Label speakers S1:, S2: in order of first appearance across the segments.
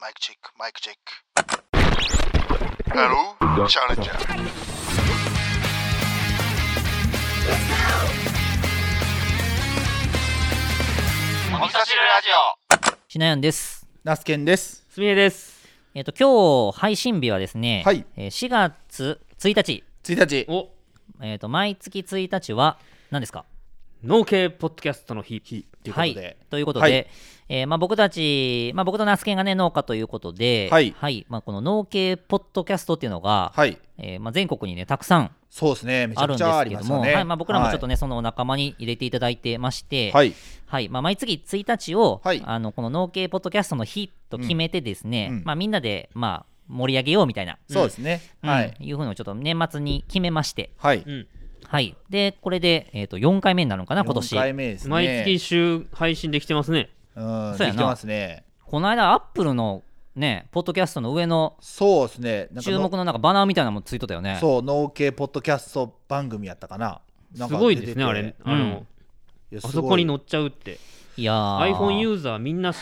S1: マイクチェックマイクチェックハローチャレンジャー
S2: お味噌汁ラジオ
S3: しなやんです。
S4: ナスケンです。
S5: すみえです
S3: えっ、と、今日配信日はですね、
S4: はい
S3: えー4月1日、
S4: 1日、
S5: お
S3: えっ、と、毎月1日は、何ですか
S5: 農系ポッドキャストの日日
S4: というこ
S3: は
S4: と
S3: い
S4: で。。
S3: ということで、
S4: はい
S3: えーまあ、僕たち、まあ、僕とナスケンがね、農家ということで、
S4: はい
S3: まあ、この農系ポッドキャストっていうのが、
S4: はい。
S3: えーまあ、全国にね、たくさん
S4: そうですね。めち
S3: あ
S4: ゃ
S3: る
S4: く
S3: ん
S4: ち
S3: で
S4: ゃあ
S3: す
S4: り
S3: け
S4: ま
S3: ど
S4: すよ
S3: も、
S4: ね。
S3: はいまあ、僕らもちょっと
S4: ね。
S3: ね、その仲間に入れていただいてまして、
S4: はい。
S3: はいまあ、毎月1日を、
S4: はい
S3: あのこの農系ポッドキャストの日と決めてですね、
S4: うんうん
S3: まあ、みんなで、まあ、盛り上げようみたいな、
S4: そうですね。
S3: うん
S4: はい。
S3: いうふうのをちょっと年末に決めまして、
S4: は
S5: う
S4: い。
S5: ん
S3: はい、でこれで、えー、と4回目になるのかな、今
S4: 4回
S3: 年。
S4: 目ですね。
S5: 毎月週配信できてますね
S4: うん、
S3: そうやな
S4: できてますね。
S3: この間、アップルのね、ポッドキャストの上の
S4: そうですね。なんか
S3: 注目のなんかバナーみたいなのもついとったよね。
S4: そう、農系ポッドキャスト番組やったかな。なん
S5: す
S4: か
S5: ごい
S4: 出
S5: で
S4: て
S5: す
S4: て
S5: ねあれ、あ
S3: う
S5: の
S3: ん
S4: いや
S5: あ
S4: す
S5: そ
S4: ごい
S5: こに載っちゃうって
S3: いやー
S5: iPhone ユーザーみん な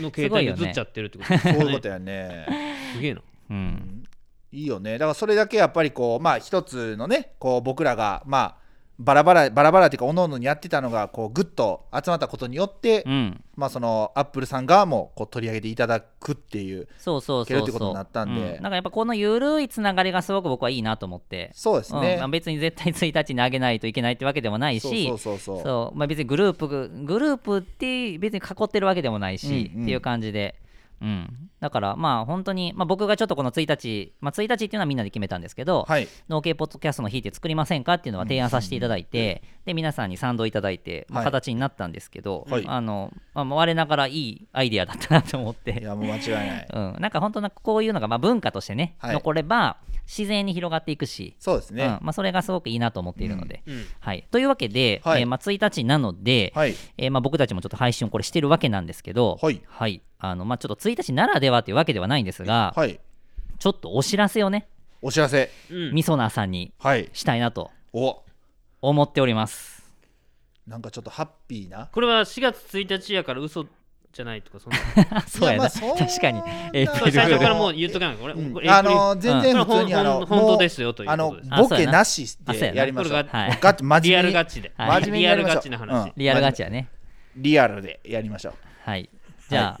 S5: の携帯に映っちゃってるってことです
S4: そう
S5: ね
S4: いうことやね。
S5: すげえな
S3: うん
S4: いいよね。だからそれだけやっぱりこう、まあ一つのね、こう僕らが、まあ、バラバラバラバラっていうかおのおのにやってたのがこうグッと集まったことによって、
S3: うん、
S4: まあそのアップルさん側もこう取り上げていただくっていう
S3: そうそう
S4: ける
S3: そ
S4: っ
S3: う
S4: てこと
S3: そう
S4: になったんで
S3: うなんかやっぱこの緩いつながりがすごく僕はいいなと思って
S4: そうですね、
S3: うんまあ別に絶対1日にあげないといけないってわけでもないし
S4: そうそうそうそう
S3: そうまあ、別にグループグループって別に囲ってるわけでもないし、
S4: うんうん
S3: っていう感じで、うん、だからまあ本当に、まあ、僕がちょっとこの1日、まあ、1日っていうのはみんなで決めたんですけど、
S4: はい
S3: 農系ポッドキャストの日って作りませんかっていうのは提案させていただいて、で皆さんに賛同いただいて、まあ
S4: はい
S3: 形になったんですけど、
S4: はい
S3: あのまあ、我ながらいいアイディアだったなと思っ
S4: い
S3: て、
S4: やもう間違い ない
S3: うん、なんか本当なんかこういうのがまあ文化としてね、
S4: はい
S3: 残れば自然に広がっていくし、
S4: そうですね、
S3: うんまあ、それがすごくいいなと思っているので。
S5: うんうん
S3: はい、というわけで、
S4: はい
S3: えーまあ、1日なので、
S4: はい
S3: えーまあ、僕たちもちょっと配信をこれしてるわけなんですけど、
S4: はい
S3: あのまあ、ちょっと1日ならではというわけではないんですが、
S4: はい
S3: ちょっとお知らせをね、
S4: お知らせ
S5: うん
S3: みそなさんに
S4: はい
S3: したいなと
S4: お
S3: 思っております。
S4: なんかちょっとハッピーな
S5: これは4月1日やから嘘じゃないとかそ んな
S3: そうや
S4: いやま
S3: な、
S4: あそんな
S3: 確かに。えー
S4: そ
S5: これ
S4: う
S5: 最初からもう
S4: え
S5: 言っとかないこれ、
S4: うん
S5: これ
S4: あの全然
S5: うん
S4: 普通にあの
S5: これ本本
S4: もう
S5: 本当ですよというこ
S4: あ
S5: と
S4: の
S5: です
S3: あ
S4: ボ
S3: そうや
S4: ケ
S3: な
S4: なし
S3: あそうや
S4: で
S3: な
S4: やりましょう
S5: これが
S3: はい
S4: ガチ真
S5: リア
S4: 面目
S5: ル
S4: に
S5: ガチで、
S3: はい
S4: 真面目にやりま
S5: リアル
S4: しょう
S5: ガチな話
S4: うん
S3: リアルガチやね。
S4: リアルでやりましょう
S3: はい。じゃあ、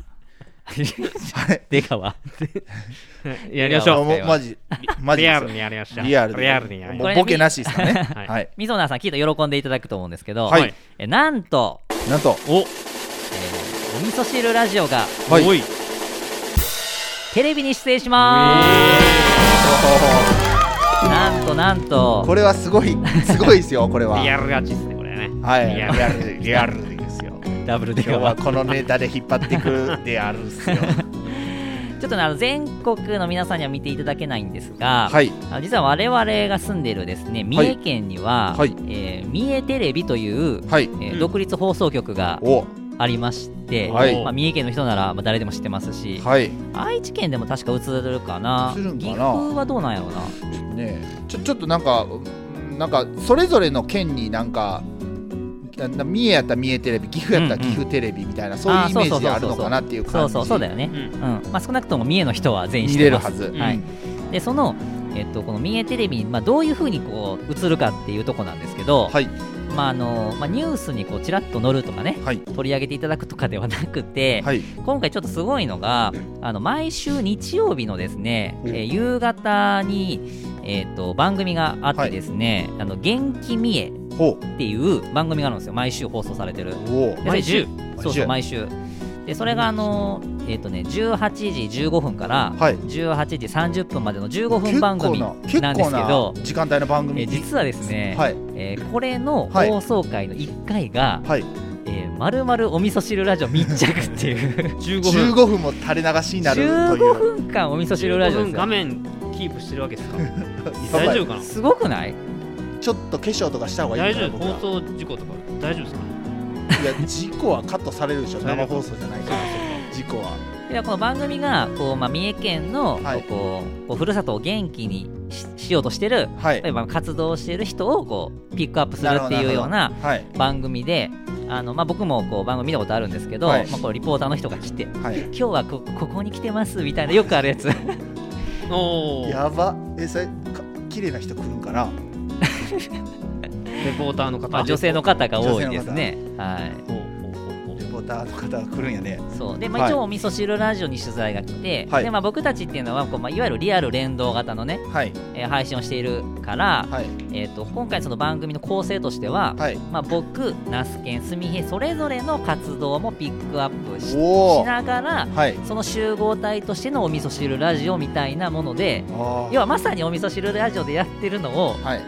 S3: 出川。
S5: やりましょ
S4: あ
S5: う
S4: もうマジマジ
S5: リ
S4: で
S5: ア
S4: す
S5: ルにやりましょう
S4: リアルで
S5: リアルにやりまし
S4: もうボケなしですからね
S5: はい
S4: はい
S3: みそなさん聞いて喜んでいただくと思うんですけど、
S4: はい
S5: はい
S3: えーなんと、
S4: なんと
S5: ょう
S3: えーお味噌汁ラジオが
S5: お
S4: はい
S5: おい
S3: テレビに出演しまーす。なんとなんと。
S4: これはすごいすごいですよこれは
S5: リアルガチですねこれね
S4: はい
S5: リ
S4: リ
S5: ア
S4: ア
S5: ル
S4: ルでリアルですよ
S3: ダブルで
S4: 今日はこのネタで引っ張っていくであるっす よ
S3: ちょっとねあの全国の皆さんには見ていただけないんですが、
S4: はい
S3: あの実は我々が住んでいるですね三重県には、
S4: はい
S3: えー三重テレビという、
S4: はい
S3: えー
S5: うん
S3: 独立放送局が
S4: お
S3: ありまして、
S4: はい
S3: まあ、三重県の人なら、まあ、誰でも知ってますし、
S4: はい
S3: 愛知県でも確か映るかな
S4: 映るんかな
S3: 岐阜はどうなんやろうな
S4: ねえちょちょっとなんかうんなんかそれぞれの県になんかなな三重やったら三重テレビ岐阜やったら
S3: うんうん
S4: 岐阜テレビみたいな、そうい
S3: あ
S4: う
S3: ー
S4: イ
S3: そ
S4: メ
S3: うそ
S4: ー
S3: うそうそう
S4: ジであるのかなっていう感じ
S3: そうそうそうだよ
S4: ね
S3: ね、
S5: うん
S3: うんまあ、少なくとも三重の人は全員知
S4: 見
S3: っ
S4: れ
S3: て
S4: る
S3: ます
S4: はず、
S3: はい
S4: うん
S3: でその、えっと、この三重テレビに、まあ、どういうふうにこう映るかっていうとこなんですけど、
S4: はい
S3: まああのまあ、ニュースにこうちらっと載るとかね
S4: はい
S3: 取り上げていただくとかではなくて、
S4: はい
S3: 今回ちょっとすごいのがあの毎週日曜日のですね、
S4: うん
S3: えー夕方に、えー、と番組があってですね「あの元気みえ」
S4: ほ
S3: っていう番組があるんですよ毎週放送されてる
S4: うおお
S3: で
S5: 毎週
S3: そうそう毎週でそれがあのえっ、とね18時15分から
S4: はい
S3: 18時30分までの15分
S4: 結構
S3: 番組
S4: な結
S3: なんです
S4: 構
S3: けど
S4: な時間帯の番組
S3: えー実はですね、
S4: はい
S3: えーこれの
S4: はい
S3: 放送回の1回が
S4: はい
S3: 「えーまるまるお味噌汁ラジオ密着」っていう
S5: 15分
S4: 15分も垂れ流しに なるという
S3: 15分間お味噌汁ラジオ
S5: 15分
S3: です
S5: 画
S3: よ
S5: 面キープしてるわけです か
S4: やばい
S5: 大丈夫かな
S3: すごくない
S4: ちょっと化粧とかした方が
S5: 大
S4: いいか
S5: 丈
S4: な
S5: 夫
S4: 僕ら
S5: 放送事故とか大丈夫ですか
S4: いや事故はカットされるでしょ
S5: され
S4: 生
S5: る
S4: 放送じゃないから事故は
S3: でこの番組がこう、まあ、三重県の、
S4: はい
S3: こうこうふるさとを元気にししようとしてる、
S4: はい
S3: 例えば活動してる人をこうピックアップするっていうような
S4: はい
S3: 番組であの、まあ、僕もこう番組見たことあるんですけど、
S4: はい
S3: まあ、こうリポーターの人が来て「
S4: はい
S3: 今日はこここに来てます」みたいなよくある やつ
S5: おおレ
S4: やばえそれか綺麗な人来るんかな
S5: ポーターの方
S3: まあ女性の方が多いですね。はい
S5: おおおお
S4: レポーターの方が来るんやね
S3: そうでまあ、
S4: はい
S3: 一応お味噌汁ラジオに取材が来て、
S4: はい
S3: でまあ、僕たちっていうのはこう、まあ、いわゆるリアル連動型のね、
S4: はい
S3: えー配信をしているから、
S4: はい
S3: えー、と今回その番組の構成としては、
S4: はい
S3: まあ、僕那須研すみへそれぞれの活動もピックアップし
S4: お
S3: し
S4: お
S3: ながら
S4: はい
S3: その集合体としてのお味噌汁ラジオみたいなもので
S4: あー
S3: 要はまさにお味噌汁ラジオでやってるのを
S4: はい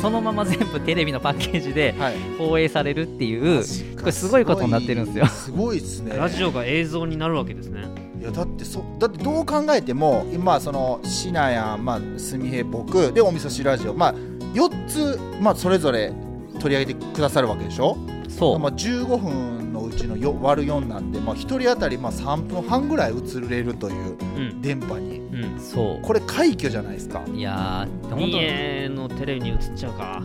S3: そのまま全部テレビのパッケージで
S4: はい
S3: 放映されるっていうこれすごいことになってるんですよ
S4: すごいですね
S5: ラジオが映像になるわけですね
S4: いやだってそだってどう考えても今そのシナやまあすみへ僕でお味噌汁ラジオまあ4つまあそれぞれ取り上げてくださるわけでしょ
S3: そう、
S4: まあ15分のうちのよ割る4なんでまあ1人当たりまあ3分半ぐらい映れるという
S5: うん
S4: 電波に
S5: うん
S3: そ
S4: これ快挙じゃないですか
S3: ういやー
S5: 三
S3: 本当に
S5: 重のテレビに映っちゃうか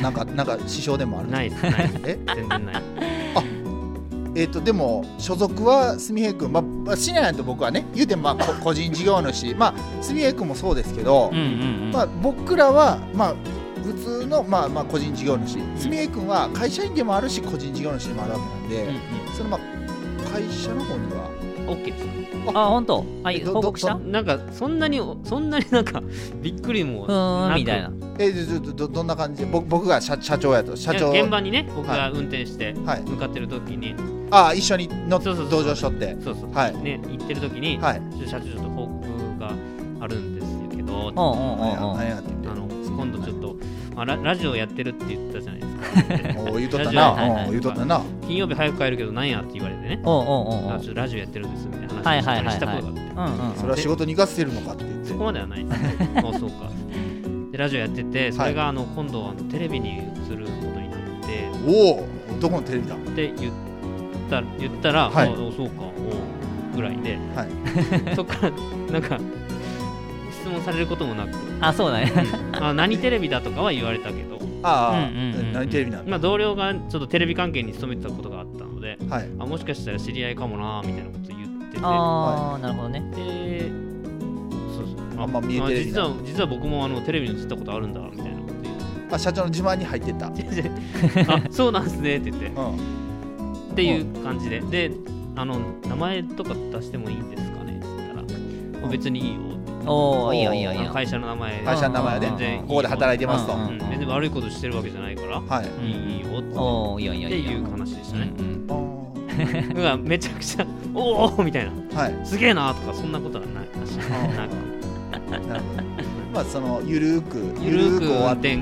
S4: なんかなんか支障でもある
S5: ないです ないです
S4: え
S5: 全然ない
S4: えー、とでも所属はすみへい君、まあまあ、シナヤンと僕はね言うてもまあこ 個人事業主まあすみへい君もそうですけど、
S3: うんうんうん
S4: まあ、僕らはまあ普通の、まあ、まあ個人事業主すみへい君は会社員でもあるし個人事業主でもあるわけなんで、そのまあ会社の方には
S5: うんうん OK です
S3: あ本当はい
S4: ど
S3: 報告した
S4: ど
S3: う
S5: なんかそんなにそんなに なんかびっくりも
S3: ーん
S5: く
S3: みたいな
S4: えー、どどどどんな感じで僕僕が社社長やと社長
S5: 現場にね僕が運転して
S4: はい、
S5: 向かってる時に
S4: ああ一緒に乗っ
S5: そうそうそう
S4: 同乗しとって
S5: そうそう
S4: はい
S5: ね行ってる時に
S4: はい
S5: ちょっと社長ちょっと報告があるんですけど
S3: うんうん
S4: 何や
S3: うんうん
S4: 何やって
S5: あ
S4: 言
S5: の今度ちょっと、まあ、ララジオやってるって言ったじゃないですか
S4: っておう言うとった
S5: ラジオはいはい
S4: な
S5: はい
S4: うん言うとったな
S5: 金曜日早く帰るけどなんやって言われてね
S3: うんうんうんう
S5: あ
S3: ん
S5: ちょっとラジオやってるんですみたいな
S3: はい
S5: 話
S3: はいはい
S5: を
S3: はい
S5: したことがあって、
S3: うんうん
S4: それは仕事に生かせてるのかって言って
S5: そこまではない ですねあそうかでラジオやっててそれがあの今度あのテレビに映ることになって
S4: おおどこのテレビだ
S5: って言った言ったら、
S4: はい
S5: ああそうかおうぐらいで、
S4: は
S5: そっからなんか質問されることもなく
S3: あそうだね
S5: あ何テレビだとかは言われたけど、
S4: ああ、
S3: うんうんうんうん
S4: 何テレビなんだ、
S5: まあ、同僚がちょっとテレビ関係に勤めてたことがあったので
S4: はい
S5: あもしかしたら知り合いかもなみたいなこと言ってて
S3: あーなるほどね
S5: でそうそう
S4: あんま見えてる
S5: 実は実は僕もあのテレビに映ったことあるんだみたいなこと
S4: あ社長の自慢に入ってった、うん、
S5: 言って あそうなんすねって言ってっていう感じで、であの名前とか出してもいいんですかねって言ったら、
S4: うん
S5: 別にいいよって
S3: おおいいよいいよいい
S5: あの
S3: よ
S5: 会社の名前
S4: 会社の名前で
S3: うんうんうん
S4: ここで働いてますと、
S3: うんうん
S5: うん別に悪いことしてるわけじゃないから、
S4: はい
S3: ん
S5: いいよって
S3: おおいいよいいよ
S5: って
S3: いい
S5: い
S3: よ
S5: う話でした ね。
S3: うん
S5: だからめちゃくちゃ「おーお!」みたいな
S4: はい
S5: 「すげえな!」とかそんなことは ない話なんか
S4: なるほどまあそのゆるーく
S5: ゆるーく
S4: 終わ
S5: 運
S4: っ
S5: 転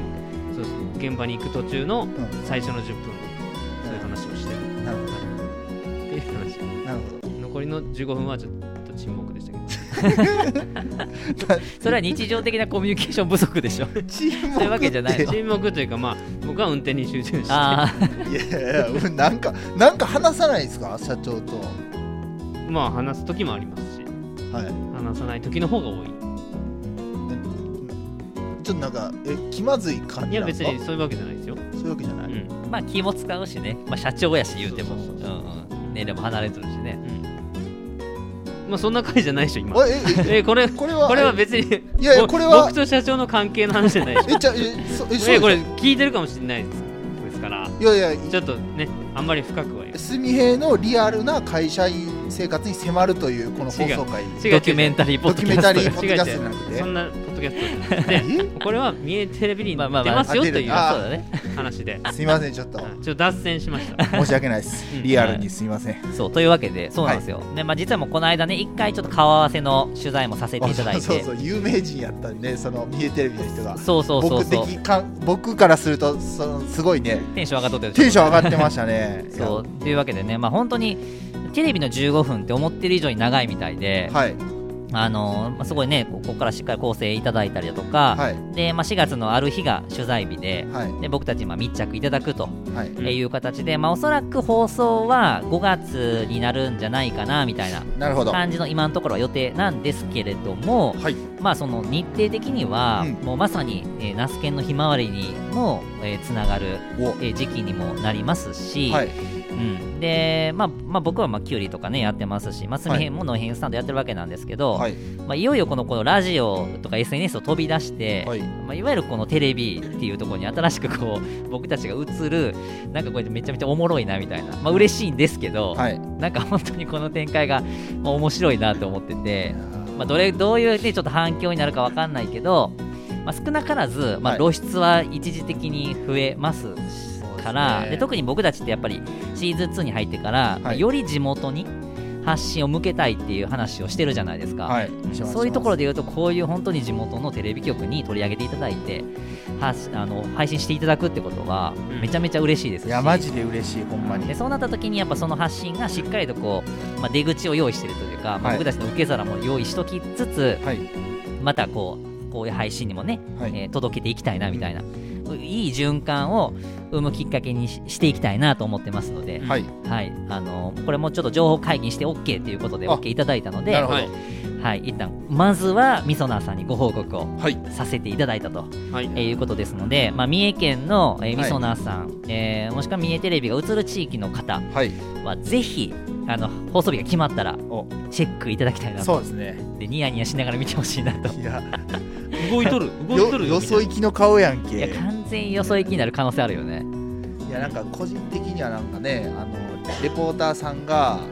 S5: そうそう現場に行く途中の
S4: うん
S5: 最初の10分そういう話をしてっ
S4: なるほ
S5: ていう話
S4: どなるほど
S5: 残りの15分はちょっと沈黙でしたけど
S3: それは日常的なコミュニケーション不足でしょ
S4: チーム
S3: そういうわけじゃないの
S5: 沈黙というかまあ僕は運転に集中して
S3: ああ
S4: いやいやうんなんかなんか話さないですか社長と
S5: まあ話す時もありますし
S4: はい
S5: 話さない時の方が多い
S4: ちょっとなんかえ気まずい感
S5: い
S4: じ
S5: や
S4: なんで
S5: 別
S4: すか
S5: にそういうわけじゃないですよ、
S4: そういうわけじゃな
S5: う
S4: い、
S5: ん
S3: まあ気も使うしね、まあ、社長やし言うても
S5: そうそうそう
S3: うんうん年齢も離れてるしね
S5: うん、まあそんな回じゃないでしょ今
S4: あええ
S5: えこれ
S4: これは
S5: これは別に
S4: いやいや
S5: ぼ
S4: これは
S5: 僕と社長の関係の話じゃないでしょ
S4: えちゃえそえそう
S5: えこれ
S4: でし
S5: 聞いてるかもしれないですですから
S4: ょいやいや
S5: ちょっとねあんまり深くは言う
S4: すみへいのリアルな会社員生活に迫るというこの放送回
S5: 違う
S3: ドキュメンタリーポッドキャ
S4: ドキュメンタリー
S3: ス
S4: ポッドキャストじゃなくて
S5: そんなポッドキャストじゃなくて
S4: え
S5: これは三重テレビに出
S3: まあまあまあ
S5: ますよと
S4: あ出
S5: い
S4: る
S5: う
S4: あ
S3: トそうだね
S5: 話で
S4: すみませんちょっと
S5: はいちょっと脱線しました
S4: 申し訳ないです
S5: うん
S4: リアルにすみません、
S3: そうというわけでそうなんですよ、ねまあ、実はもうこの間ね一回ちょっと顔合わせの取材もさせていただいて
S4: そうそう有名人やったんでその三重テレビの人が
S3: そうそうそうそう
S4: 僕的か僕からするとそのすごいね
S3: テンション上がっとったでしょ
S4: テンション上がってましたね
S3: そうというわけでねまあ本当にテレビの15分って思ってる以上に長いみたい
S4: い
S3: で
S4: や、はい
S3: あのまあ、すごいね、ここからしっかり構成いただいたりだとか、
S4: はい
S3: でまあ、4月のある日が取材日で、
S4: はい
S3: で僕たちまあ密着いただくと
S4: はい
S5: うん
S3: いう形で、まあ、おそらく放送は5月になるんじゃないかなみたいな
S4: なるほどはい
S3: 感じの今のところは予定なんですけれども、まあ、その日程的には、
S4: うん
S3: もうまさに、えー、ナスケンのひまわりにも、えーつながる、
S4: お
S3: えー時期にもなりますし、
S4: はい
S3: うん、で、まあまあ、僕はまあキュウリとかねやってますし、まあ、スミ
S4: は
S3: ヘ
S4: い
S3: ンも農編スタンドやってるわけなんですけど、
S4: はいい
S3: まあ、いよいよこのこのラジオとか SNS を飛び出して、
S4: はいい
S3: まあ、いわゆるこのテレビっていうところに新しくこう 僕たちが映るなんかこれめちゃめちゃおもろいなみたいな、まあ嬉しいんですけど、
S4: はい
S3: なんか本当にこの展開がまあ面白いなと思ってて、まあ、どれどういう、ね、ちょっと反響になるかわかんないけど、まあ、少なからず、まあ、
S4: はい
S3: 露出は一時的に増えますから、
S4: そうですね
S3: で特に僕たちってやっぱりシーズン2に入ってから、まあより地元に発信を向けたいっていう話をしてるじゃないですか。
S4: はい
S3: そういうところ
S4: で
S3: で言うとこういう本当に地元のテレビ局に取り上げていただいて発あの配信していただくってことは
S5: うん
S3: めちゃめちゃ嬉しいですし
S4: いやマジで嬉しいほんまに
S3: でそうなった時にやっぱその発信がしっかりとこう、まあ、出口を用意してるというか、まあ
S4: はい
S3: 僕たちの受け皿も用意しときつつ
S4: はい
S3: またこうこういう配信にもね、
S4: はい
S3: えー届けていきたいなみたいな、いい循環を生むきっかけにししていきたいなと思ってますので、
S5: うん
S4: はい
S3: はい、あのこれもちょっと情報会議して OK ということで
S4: あ
S3: OK いただいたので
S4: なるほど
S5: はい
S3: はい、一旦まずはみそなーさんにご報告を
S4: はい
S3: させていただいたと、
S5: はい
S3: えーいうことですので、まあ、三重県の、えーみそなーさん、えーもしくは三重テレビが映る地域の方
S4: はい
S3: はぜひあの放送日が決まったら
S4: お
S3: チェックいただきたいなと
S4: そうですね
S3: でニヤニヤしながら見てほしいなと。
S4: いや
S5: 動いとる動いと
S4: よ
S5: る
S4: よそ
S5: い
S4: 行きの顔やん
S3: いや
S4: け
S3: 完全によそ行きになる可能性あるよね。
S4: いやなんか個人的にはなんかねあのレポーターさんがあの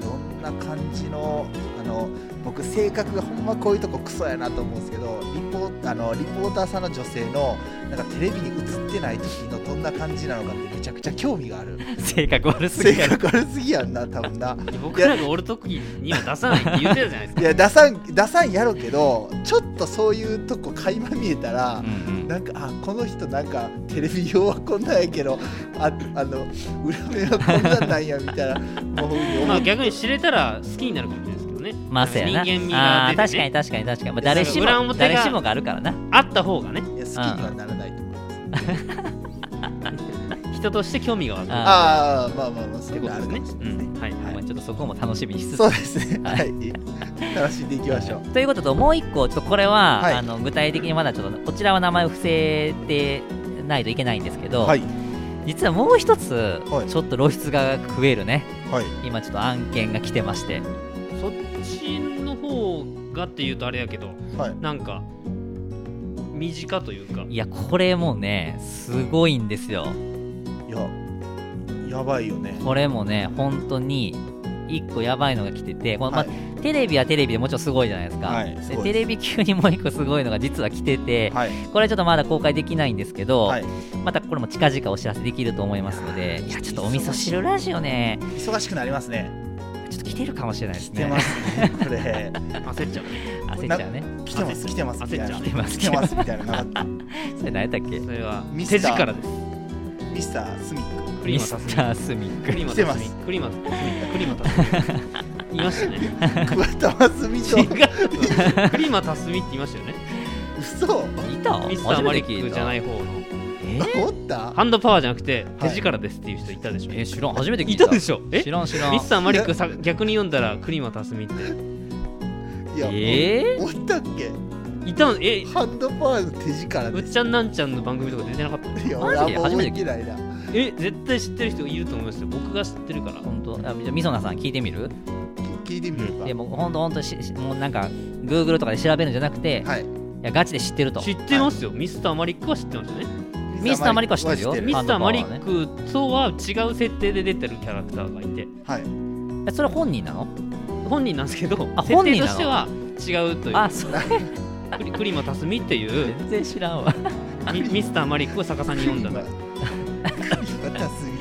S4: どんな感じのあの僕性格がほんまこういうとこクソやなと思うんですけどリポーあのリポーターさんの女性のなんかテレビに映ってない時のどんな感じなのかってめちゃくちゃ興味がある
S3: 性格悪すぎ
S4: 性
S3: る。
S4: 格悪すぎやんな多分な
S5: 僕らが俺ときには出さないって言ってたじゃないです
S4: い
S5: か
S4: や出さん出さんやろけどちょっとそういうとこ垣間見えたら
S3: うんうん
S4: なんかあこの人なんかテレビ用はこんなんやけどああの裏面はこんなんなんやみたいなもうふうに
S5: ま
S4: 思
S5: あ
S4: う
S5: 逆に知れたら好きになるかもしれないですけどね
S3: まあ、そうやな。
S5: 人間味が
S3: あ
S5: 出
S3: ー
S5: てね
S3: 確かに確かに確かに。まあ、誰しも
S5: 裏表が
S3: 誰しもがあるからな。
S5: あった方がね
S4: いや好きにはならないと思います
S5: 人として興味が湧く
S3: あ
S4: ああまあまあまあそう
S5: って
S4: いう
S5: こ
S4: のあ
S5: とで
S4: るか
S5: すね
S4: もしれないですね、
S5: うんはいはい
S3: まあちょっとそこも楽しみにしつつ
S4: そうですね
S3: は
S4: はいい楽しんでいきましょう
S3: ということともう一個ちょっとこれは、
S4: はい
S3: あの具体的にまだちょっとこちらは名前を伏せてないといけないんですけど、
S4: はい
S3: 実はもう一つ、
S4: はい
S3: ちょっと露出が増えるね
S4: はい
S3: 今ちょっと案件が来てまして
S5: そっちの方がっていうとあれやけど
S4: はい
S5: なんか身近というか
S3: いやこれもねすごいんですよ
S4: いややばいよね
S3: これもね本当に一個やばいのが来ててこの、
S4: はい
S3: まあ、テレビはテレビでもちろんすごいじゃないですか、
S4: はいすごいです
S3: でテレビ級にもう一個すごいのが実は来てて、
S4: はい
S3: これはちょっとまだ公開できないんですけど、
S4: はい
S3: またこれも近々お知らせできると思いますのでいやちょっとお味噌汁ラジオね
S4: 忙しくなりますね
S3: ちょっと来てるかもしれないです
S4: 来
S3: ね。
S4: てますねこれ
S5: 焦っちゃうね
S3: 焦っちゃうね。
S4: 来てます来てますみたい
S5: 焦
S4: な
S5: っ
S3: ちゃう
S4: 来てますみたいななかった
S3: それ何やったっけ
S5: それは
S4: ミスタ
S5: 手
S4: ー
S5: 力です
S4: ミスタースミック
S5: クリ
S3: ミ
S5: マ
S3: ス
S5: タスミ
S3: ター・スミッ
S5: ク
S3: ク。
S5: リマ
S4: 来て
S5: タ
S4: ま
S5: スミ
S4: す
S5: クリマタスミクリマタスミ言いましたね
S4: 桑田真澄と
S5: 違うクリマタスミって言いましたよね
S4: 嘘
S3: いた。
S5: ミスターマリックじゃないい方の
S3: え
S4: おった
S5: ハンドパワーじゃなくて
S4: は
S5: 手
S4: い
S5: 力ですっていう人いたでしょ
S3: えー知らん。初めて聞い
S5: い
S3: た。
S5: たでしょえ
S3: 知らん知らん。
S5: ミスターマリックさ逆に読んだらクリマタスミって
S4: いや、
S3: え
S4: おったっけ
S5: いたんえ
S4: ハンドパワーの手力
S5: う
S4: で
S5: っちゃんなんちゃんの番組とか出てなかった
S4: いや
S3: マジ
S4: 俺
S3: で
S4: あんま覚えてないな
S5: え絶対知ってる人いると思いますよ僕が知ってるから
S3: 本当。あじゃあみそなさん聞いてみる？
S4: 聞いてみるか
S3: いやもう本当本当ししもうなんか Google とかで調べるんじゃなくて、い
S4: はい
S3: やガチで知ってると。
S5: 知ってますよ、ミスターマリックは知ってましたね
S3: ミスターマリックは知ってるよ
S5: ミ
S3: あ
S5: スターマリックとは違う設定で出てるキャラクターがいて
S4: はい
S3: えそれ本人なの？
S5: 本人なんですけど
S3: あ
S5: 設
S3: 本
S5: 定
S3: 人
S5: と
S3: なの
S5: しては違うという
S3: あ、そう。
S5: クリクリマタスミっていう
S3: 全然知らんわ。
S5: ミミスターマリックを逆さに読んだら
S4: 桑田真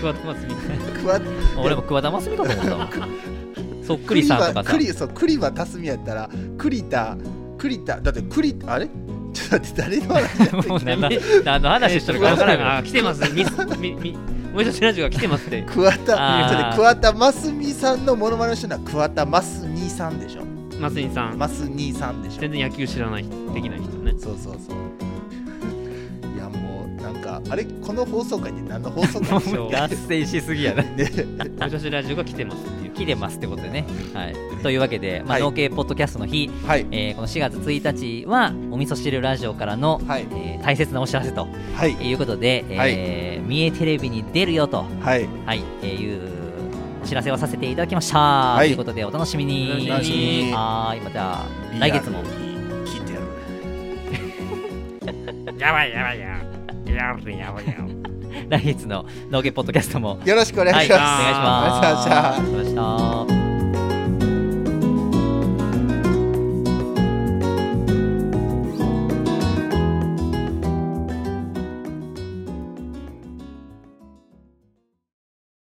S5: クワクマスミ
S4: 澄桑田
S3: 俺も桑田真澄かと思ったわ。 そっくりさんとかさ
S4: ク。リそうクリは辰巳やったら栗田栗田だって栗あれ ちょっと待って誰の話や っ
S3: もう
S4: て
S3: 何の何の話してるか分からん けど
S5: あ来て ますミスミミもう一つラジオが来てますって
S4: 桑田
S3: あー
S4: ちょっと待って桑田真澄さんのモノマネをしてるのは桑田真澄さんでしょ
S5: 真マスインさん
S4: マス兄さんでしょ
S5: 全然野球知らない人できない人ね
S4: そうそうそういやもう なんかあれこの放送回って何の放送回で しょう
S3: 脱線しすぎやな
S5: お女子ラジオが来てますっていう
S3: 来てますってことでね、はい、というわけで、まあ
S4: はい
S3: 農系ポッドキャストの日、
S4: はい
S3: えーこの4月1日はお味噌汁ラジオからの、
S4: はい
S3: えー大切なお知らせと
S4: はい
S3: いうことで、えー三重テレビに出るよと、
S4: はい
S3: はいえーいうお知らせをさせていただきました、と
S4: い
S3: いうことでお楽しみに
S5: お楽しみ
S4: に
S3: はーいまた来月も
S4: 聞いてやる
S5: やばいやばいやばいやばいやばいやばい
S3: 来月の農芸ポッドキャストも
S4: よろしくお願い
S5: はい
S3: お願い
S4: します、
S3: します。
S4: ありがとうございました
S3: ありがとうございました。